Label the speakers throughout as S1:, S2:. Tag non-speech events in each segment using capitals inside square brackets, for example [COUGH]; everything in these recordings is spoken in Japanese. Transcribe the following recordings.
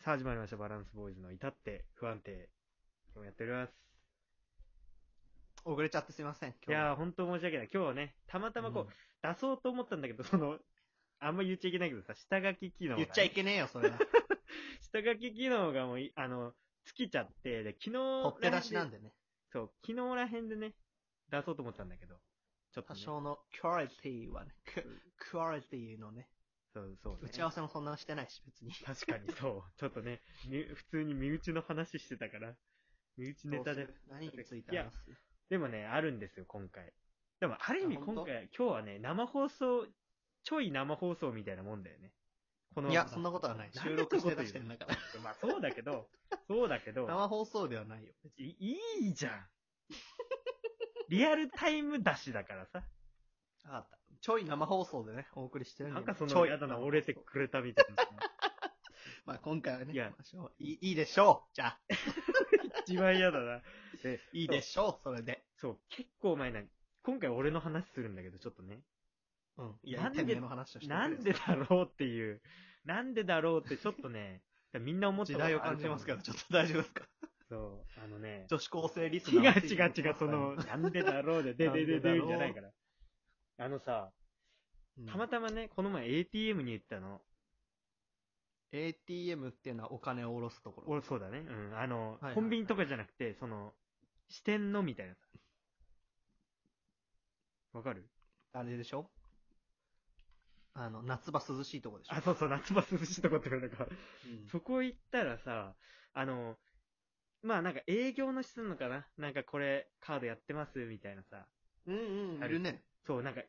S1: さあ始まりました。バランスボーイズの至って不安定。今日もやっております。
S2: 遅れちゃってすいません。
S1: いやー、本当申し訳ない。今日はね、たまたまこう、
S2: うん
S1: 出そうと思ったんだけど、 [LAUGHS] その、あんま言っちゃいけないけどさ、下書き機能が、
S2: 言っちゃいけねえよ、そ
S1: [LAUGHS]
S2: れは。
S1: 下書き機能がもうい、あの、尽きちゃって、で、昨日
S2: ほって
S1: ら
S2: 出
S1: へん
S2: しなんでね。
S1: そう、昨日らへんでね、出そうと思ったんだけど、ちょっと、
S2: 多
S1: ね。
S2: 少のクオリティはね、ククオリティのね、
S1: そうそう、ね。
S2: 打ち合わせもそんなしてないし、別に。
S1: 確かにそう。ちょっとね、み普通に身内の話してたから、身内ネタで
S2: どうする何について話す
S1: でもね、あるんですよ、今回。でも、ある意味
S2: あ本当
S1: 今回、今日はね、生放送、ちょい生放送みたいなもんだよね。こ
S2: いや、そんなことはない。
S1: なんで
S2: 収録して出し
S1: そ
S2: て
S1: うい
S2: る
S1: うんこ
S2: だから。
S1: と言うのまあ、そうだけど、
S2: [LAUGHS]
S1: そうだけど、
S2: 生放送ではないよ。
S1: いいいじゃん。リアルタイム出しだからさ。
S2: あかった。ちょい生放送でね、お送りしてる
S1: なん
S2: で
S1: んかそ
S2: ちょ
S1: の、
S2: い
S1: やだな、
S2: 生放送
S1: 折れてくれたみたい
S2: [LAUGHS]
S1: な。
S2: まあ今回はね、
S1: いや
S2: まあしょういいいいでしょう。じゃあ、
S1: 一番嫌だな。で、
S2: いいでしょう、それで。
S1: そう、結構前な、今回俺の話するんだけど、ちょっとね。
S2: うん。
S1: いやなんで
S2: てめえの話をしてくれよ
S1: なんでだろうっていう、なんでだろうってちょっとね、みんな思ったこ
S2: 時
S1: とあ
S2: 代
S1: る
S2: を
S1: と思う
S2: 感じますけど、ちょっと大丈夫ですか
S1: そう、あのね、
S2: 女子高生リス
S1: 違う
S2: ナー。
S1: 違う違う、そ
S2: [LAUGHS]
S1: の、なんでだろうで、で
S2: なん
S1: で
S2: で
S1: で
S2: だ
S1: で
S2: ろう
S1: じゃないから。あのさ、
S2: うん、
S1: たまたまね、この前 ATM に行ったの。
S2: ATM っていうのはお金を下ろすところ。
S1: おそうだね。うん。あの、
S2: はいはい
S1: コンビニとかじゃなくて、その、支店のみたいな。わかる
S2: あれでしょあの、夏場涼しいとこでしょ
S1: あ、そうそう、夏場涼しいとこって言うのか。
S2: うん
S1: そこ行ったらさ、あの、まあなんか営業の人なのかななんかこれ、カードやってますみたいなさ。
S2: うんうん、いるね。
S1: そう、なんか、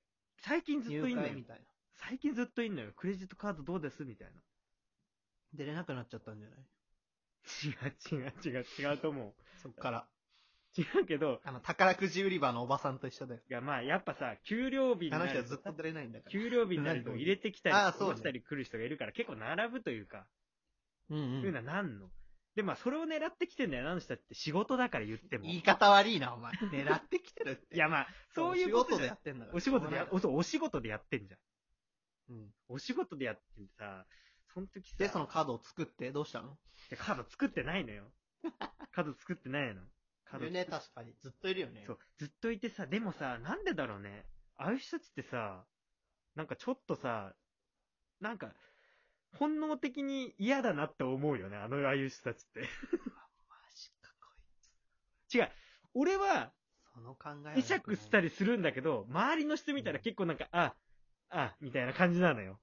S1: 最近ずっ
S2: 入
S1: といんの
S2: 会
S1: よ
S2: み。たいな。
S1: 最近ずっといんのよ。クレジットカードどうですみたいな。
S2: 出れなくなっちゃったんじゃない
S1: 違う違う違う違うと思
S2: そっから。
S1: う。違うけど、
S2: あの、宝くじ売り場のおばさんと一緒だよ。
S1: いやまあやっぱさ、給料日に
S2: あの
S1: な
S2: 人は
S1: る
S2: ずっと出れないんだから。
S1: 給料日になると入れてきたり、
S2: ああそ
S1: 下
S2: うね
S1: ろしたり来る人がいるから結構並ぶというか、
S2: うん
S1: そういうのはなんの。で、まあそれを狙ってきてんだよ、あの人たちって仕事だから言っても。
S2: 言い
S1: い
S2: 方悪いな、お前。狙ってきてるって。
S1: やまあ、そういう
S2: お
S1: こ
S2: 仕
S1: と
S2: 事
S1: じ
S2: で
S1: ゃ
S2: や
S1: ん
S2: ってんだから。
S1: お仕事でや
S2: しょうがないだろ
S1: おそうお仕事でやってんじゃん。
S2: うん
S1: お仕事でやってんさ、その時さ、
S2: で、そのカードを作って、どうしたの
S1: いやカード作ってないのよ。カード作ってないの。カー
S2: い
S1: ド
S2: るね、確かに。ずっといるよね。
S1: そう、ずっといてさ、でもさ、なんでだろうね。ああいう人たちってさ、なんかちょっとさ、なんか、本能的に嫌だなって思うよね、あの、ああいう人たちって。 [LAUGHS]
S2: マジか、こい
S1: 違う。俺は、
S2: つ。その考えは良くない。
S1: 会釈したりするんだけど、周りの人見たら結構なんか、あ、あ、みたいな感じなのよ。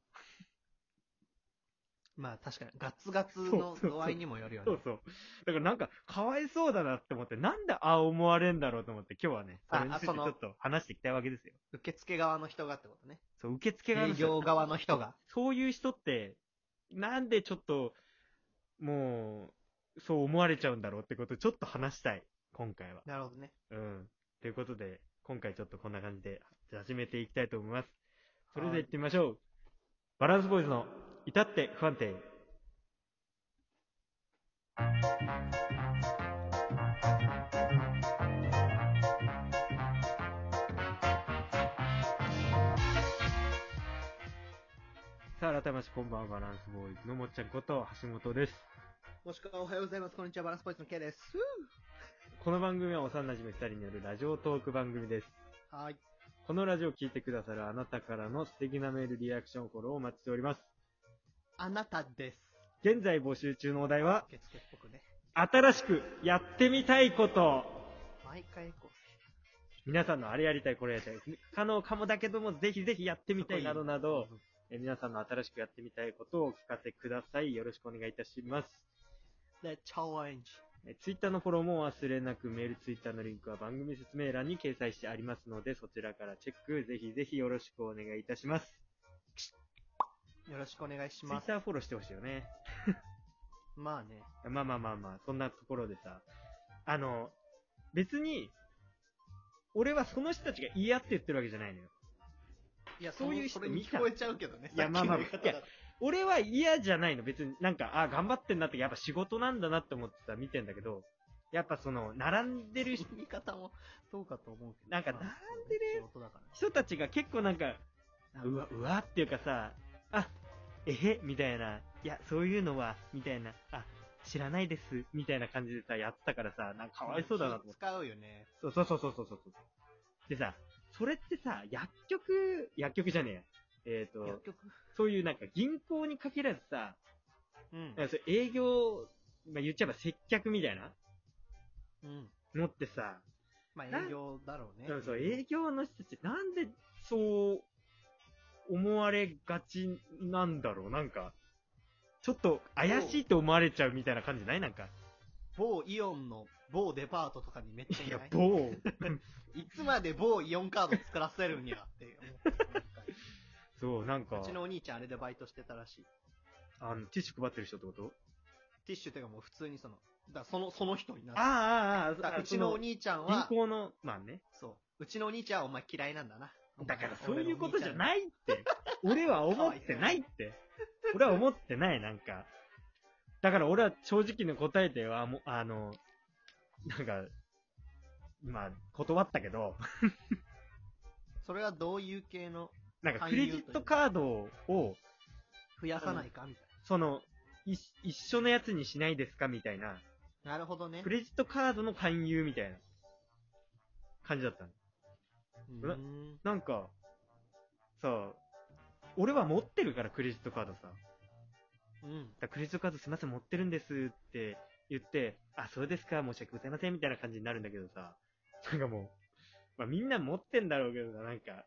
S2: まあ確かに、ガツガツの度合いにもよるよね。
S1: そうそう。だからなんか、かわいそうだなって思って、なんでああ思われんだろうと思って、今日はね、そ
S2: あ
S1: れについてち
S2: あその
S1: ょっと話していきたいわけですよ。
S2: 受付側の人がってことね。
S1: そう、受付側の
S2: 営
S1: 人
S2: 業側の人が。
S1: そういう人って、なんでちょっと、もう、そう思われちゃうんだろうってことをちょっと話したい、今回は。
S2: なるほどね。
S1: うん。ということで、今回ちょっとこんな感じで始めていきたいと思います。それでは行ってみましょう。バランスボーイズの、至って不安定。さあ、改めまして、こんばんは、バランスボーイズのもっちゃんこと、橋本です。
S2: もしくはおはようございます。こんにちは。バランスポイントの K です。
S1: この番組は幼馴染み2人によるラジオトーク番組です。
S2: はい。
S1: このラジオを聞いてくださるあなたからの素敵なメール、リアクション、フォローをお待ちしております。
S2: あなたです。
S1: 現在募集中のお題は、
S2: 受付っぽくね。
S1: 新しくやってみたいこと。
S2: 毎回こ
S1: 皆さんのあれやりたい、これやりたい。可能かもだけども、ぜひぜひやって
S2: う。
S1: みたいなどなど
S2: す、ごい。
S1: え皆さんの新しくやってみたいことをお聞かせください。よろしくお願いいたします。
S2: で、チャレンジ。
S1: えツイッターのフォローもお忘れなく、メール、ツイッターのリンクは番組説明欄に掲載してありますので、そちらからチェック、ぜひぜひよろしくお願いいたします。
S2: よろしくお願いし
S1: ツイッ
S2: ます。
S1: ターフォローしてほしいよね。
S2: まあね。
S1: まあまあまあまあ、そんなところでさ、あの、別に、俺はその人たちが嫌って言ってるわけじゃないのよ。
S2: いや、
S1: そういう人
S2: それに
S1: 見た
S2: 聞こえちゃうけどね。
S1: いや
S2: さっき
S1: まあ
S2: の
S1: まあ
S2: 言い方だと
S1: いや俺は嫌じゃないの、別に。なんか、あ頑張ってんなって、やっぱ仕事なんだなって思ってさ、見てんだけど、やっぱその、並んでる人
S2: [LAUGHS] 言い方もどうかと思うけど。
S1: なんか
S2: まあ
S1: 並んでる
S2: そうね仕事だからね
S1: 人たちが結構なんか、あうわ、うわっていうかさ、あ、えへ、みたいな、いや、そういうのは、みたいな、あ、知らないです、みたいな感じでさ、やってたからさ、なんかかわいそうだなと思って。
S2: 使うよね。
S1: そうそうそうそうそうそう。でさ、それってさ、薬局、薬局じゃねえや。えっ、と
S2: 薬、局
S1: そういうなんか銀行に限らずさ、
S2: うん
S1: なんかそう営業、まあ、言っちゃえば接客みたいな
S2: うん。
S1: のってさ、
S2: まあ、
S1: な
S2: 営業だろうね。
S1: そうそう、営業の人たちなんでそう思われがちなんだろうなんか、ちょっと怪しいと思われちゃうみたいな感じないなんか。
S2: 某イオンの某デパートとかにめっちゃい
S1: いや
S2: ない、
S1: 某、
S2: いつまで某イオンカード作らせるんやっていう。
S1: そう、なんか
S2: う、ちのお兄ちゃんあれでバイトしてたらしい。
S1: あの、ティッシュ配ってる人ってこと
S2: ティッシュっていうかもう普通にその、だからその、その人にな
S1: あ
S2: る。
S1: あ、あ
S2: だ
S1: あ、
S2: か
S1: ああ、
S2: らうちのお兄ちゃんは、
S1: 銀行の、まあね。
S2: そう。うちのお兄ちゃんはお前嫌いなんだな。
S1: だからそういうことじゃ
S2: い。
S1: ないって。俺は思ってないって。俺は思ってない、なんか。だから俺は正直に答えては、もうあの、なんか、まあ、断ったけど、 [LAUGHS]
S2: それはどういう系の
S1: なんかクレジットカードを、
S2: 増やさないかみたい
S1: その、い一緒のやつにしないですかみたいな。
S2: な。なるほどね
S1: ク。レジットカードの勧誘みたいな感じだったの。
S2: うーん。
S1: なんか、さ、俺は持ってるからクレジットカードさ。
S2: うん。
S1: だからクレジットカードすいません持ってるんですって言って、あ、そうですか、申し訳ございませんみたいな感じになるんだけどさ、なんかもう、まあみんな持ってんだろうけどさ、なんか、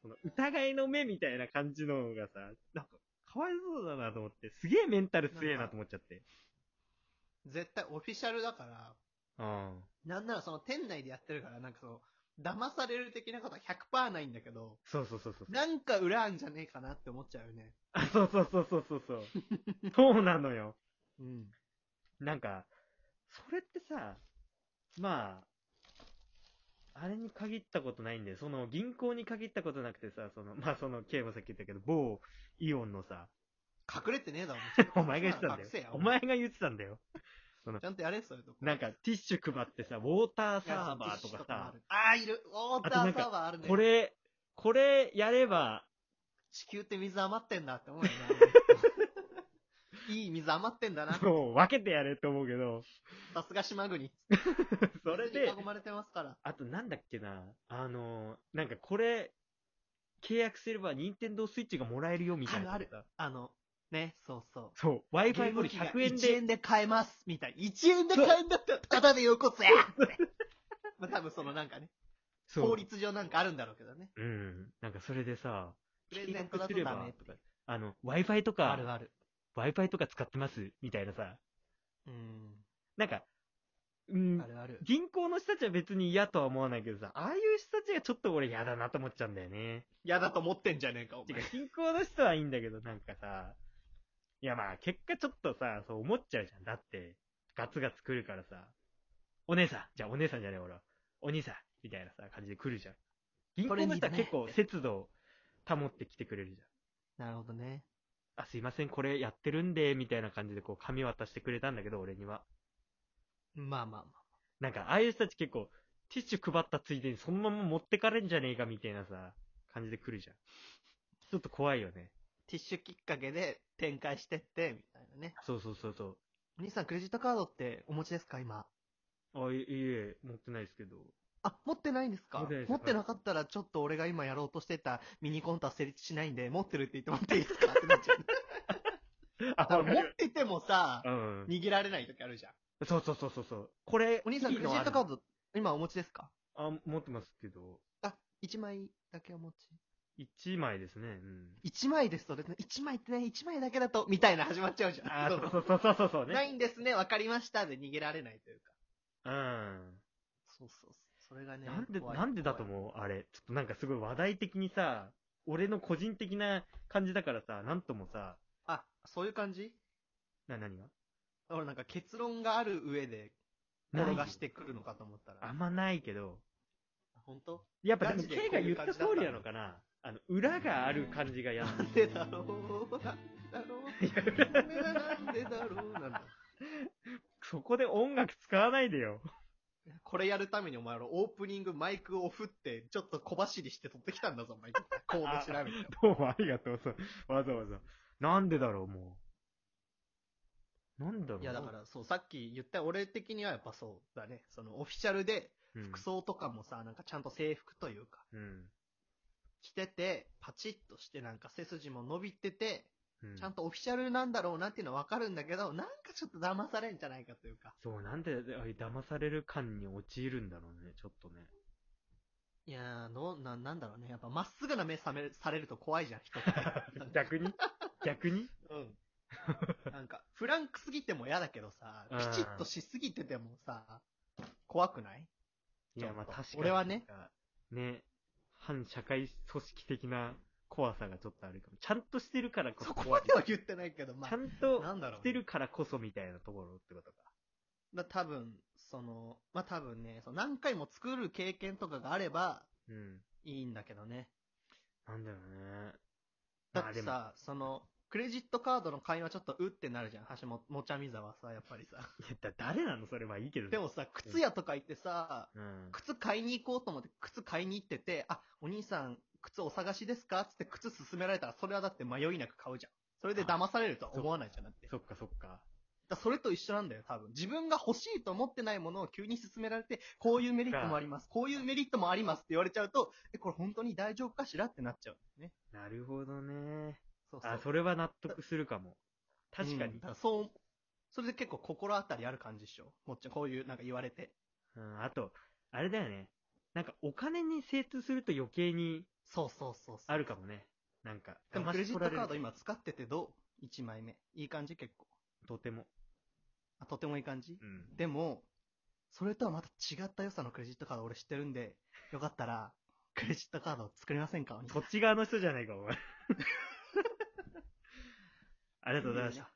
S1: その疑いの目みたいな感じのがさ、なんか、かわいそうだなと思って、すげえメンタル強えなと思っちゃって。
S2: 絶対オフィシャルだから、
S1: うん。
S2: なんならその店内でやってるから、なんかその、騙される的なことは100%ないんだけど、
S1: そうそうそうそう。
S2: なんか裏あんじゃねえかなって思っちゃうよね。
S1: あ、そうそうそうそうそうそう。そうなのよ。
S2: うん。
S1: なんか、それってさ、まあ、あれに限ったことないんだよ。その、銀行に限ったことなくてさ、その、まあその、K もさっき言ったけど、某イオンの
S2: [LAUGHS]
S1: さ、
S2: 隠れてねえだろ、
S1: [LAUGHS] お前が言ってたんだ
S2: 隠せや
S1: よ。お前が言ってたんだよ。
S2: ちゃんとやれ、そういうとこ。
S1: なんか、ティッシュ配ってさ、ウォーターサーバーとかさ、。
S2: ああ、いる。ウォーターサーバーあるね。
S1: これ、これやれば、
S2: 地球って水余ってんだって思うよ
S1: [LAUGHS]
S2: な。いい水余ってんだな。さ
S1: そう、分けてやれと思うけど、
S2: すが島国。
S1: それ
S2: 水
S1: で
S2: に囲、まれてますから。
S1: あとなんだっけな、あの、なんかこれ、契約すれば、任天堂スイッチがもらえるよ、みたいな。
S2: あるああの、ね、そうそう。
S1: そう、
S2: ゲー
S1: Wi-Fi よ
S2: ム
S1: り
S2: 機が
S1: 100円
S2: 1
S1: で、
S2: 円で買えます。みたいな。1円で買えんだったら、ただでようこそや
S1: [LAUGHS]
S2: ってまあ多分そのなんかね、
S1: そう
S2: 法律上なんかあるんだろうけどね。
S1: うん。なんかそれでさ、
S2: プレゼントだと
S1: 契
S2: ダ
S1: 約
S2: メ
S1: すればあの、Wi-Fi と
S2: ある
S1: か、
S2: ある。
S1: Wi-Fi とか使ってますみたいなさ、
S2: うん。
S1: なんか、う
S2: あ
S1: ん、
S2: るある。
S1: 銀行の人たちは別に嫌とは思わないけどさ、ああいう人たちがちょっと俺嫌だなと思っちゃうんだよね。
S2: 嫌だと思ってんじゃねえか、お
S1: て
S2: 前
S1: か、。銀行の人はいいんだけど、なんかさ、いやまあ、結果ちょっとさ、そう思っちゃうじゃん。だって、ガツガツ来るからさ、お姉さん、じゃあお姉さんじゃねえ俺は、お兄さん、みたいなさ、感じで来るじゃん。銀行の人は結構節度を保ってきてくれるじゃん。
S2: なるほどね。
S1: あ、すいません、これやってるんで、みたいな感じでこう、紙渡してくれたんだけど、俺には。
S2: まあまあまあ。
S1: なんか、ああいう人たち結構、ティッシュ配ったついでにそのまま持ってかれんじゃねえか、みたいなさ、感じで来るじゃん。ちょっと怖いよね。
S2: ティッシュきっかけで展開してって、みたいなね。
S1: そうそうそうそう。
S2: お兄さん、クレジットカードってお持ちですか、今。
S1: あ、いいえ、持ってないですけど。
S2: あ、持ってないんですか
S1: 持ってないです
S2: 持ってなかったら、ちょっと俺が今やろうとしてたミニコントは成立しないんで、持ってるって言ってもらっていいですかってなっちゃう。
S1: [LAUGHS]
S2: だから持っててもさ
S1: う、ん。
S2: 逃げられない時あるじゃん。
S1: そうそうそうそうそう。これ、
S2: お兄さん、
S1: いい
S2: クレ
S1: の
S2: ジ
S1: あ
S2: ッ
S1: る
S2: トカード、今お持ちですか
S1: あ、持ってますけど。
S2: あ、1枚だけお持ち。
S1: 1枚ですね。うん。
S2: 1枚ですとですね、1枚ってね、1枚だけだと、みたいな始まっちゃうじゃん。
S1: あ、
S2: そ
S1: そううそうそうそうそうそう
S2: な
S1: ね。
S2: いんですね、わかりましたで逃げられないというか。
S1: うん。
S2: そうそうそう。それがね、
S1: なんで、
S2: 怖い
S1: なんでだと思うあれ。ちょっとなんかすごい話題的にさ、俺の個人的な感じだからさ、なんともさ、
S2: あ、そういう感じ
S1: な、何が
S2: 俺なんか結論がある上で転がしてくるのかと思った
S1: あ
S2: ら。
S1: んまないけど、
S2: 本当？
S1: やっぱでも
S2: ガチで
S1: K が言った通りなのかなあの、裏がある感じがや
S2: なんでだろうなんでだろうなんでだろうなんでだろうなんだ。
S1: そこで音楽使わないでよ。
S2: これやるためにお前らオープニングマイクを振って、ちょっと小走りして取ってきたんだぞ、
S1: [LAUGHS]
S2: お前。コード調べて。
S1: どうもありがとう。そうわざわざ。なんでだろう、もなんだろう
S2: いや、だから、そう、さっき言った俺的にはやっぱそうだね。その、オフィシャルで、
S1: ら、
S2: 服装とかもさ、なんかちゃんと制服というか、
S1: うん。
S2: 着てて、パチッとして、なんか背筋も伸びてて、
S1: うん。
S2: ちゃんとオフィシャルなんだろうなっていうのはわかるんだけど、なんかちょっと騙されんじゃないかというか。
S1: そう、なんで、ああいう騙される感に陥るんだろうね、ちょっ
S2: [LAUGHS]
S1: とね。
S2: いやー、どう、な、なんだろうね。やっぱまっすぐな目覚め、されると怖いじゃん、人 [LAUGHS] って。
S1: 逆に逆
S2: [LAUGHS]
S1: に
S2: うん。なんか、フランクすぎても嫌だけどさ、
S1: うん
S2: ピチッとしすぎててもさ、怖くない
S1: いや、まあ確かに。
S2: 俺はね。
S1: ね。反社会組織的な怖さがちょっとあるかも。ちゃんとしてるからこそ
S2: そこ
S1: 怖
S2: ま
S1: い。
S2: では言ってないけど、ま
S1: ちゃ
S2: あ、
S1: んと
S2: なんだろう
S1: し
S2: ね
S1: てるからこそみたいなところってことか。
S2: だ多分、その、まあ多分ね、その何回も作る経験とかがあれば
S1: うん。
S2: いいんだけどね。
S1: なんだろうね。
S2: だ
S1: ま
S2: っ
S1: あ
S2: て、さ、その、クレジットカードの会話ちょっとうってなるじゃん、橋本、もちゃみざはさ、やっぱりさ。
S1: でもいやだ誰なのそれはいいけどね
S2: でも、さ、靴屋とか行ってさ、
S1: うん。
S2: 靴買いに行こうと思って、靴買いに行ってて、あ、お兄さん、靴お探しですかつって靴勧められたら、それはだって迷いなく買うじゃん。それで騙されるとは思わないじゃん、だって。
S1: そっかそっか。
S2: だそれと一緒なんだよ、多分。自分が欲しいと思ってないものを急に勧められて、こういうメリットもあります、こういうメリットもありますって言われちゃうと、え、これ本当に大丈夫かしらってなっちゃうんだよね。
S1: なるほどね。
S2: そうそう。
S1: あ、それは納得するかも。確か
S2: うん
S1: に
S2: だ。らそう、それで結構心当たりある感じっしょ。もっちゃん、こういうなんか言われて。
S1: うん、あと、あれだよね。なんかお金に精通すると余計に
S2: そうそうそうそう
S1: あるかもね。なんか、
S2: でもクレジットカード
S1: 騙し取られ
S2: 今
S1: る
S2: 使っててどう ?1 枚目。いい感じ結構。
S1: とても。
S2: あ、とてもいい感じ [LAUGHS]
S1: うん。
S2: でも、それとはまた違った良さのクレジットカード俺知ってるんで、よかったら、クレジットカードを作りませんかお兄さ
S1: [LAUGHS]
S2: ん
S1: そっち側の人じゃないか、お前。ありがとうございました。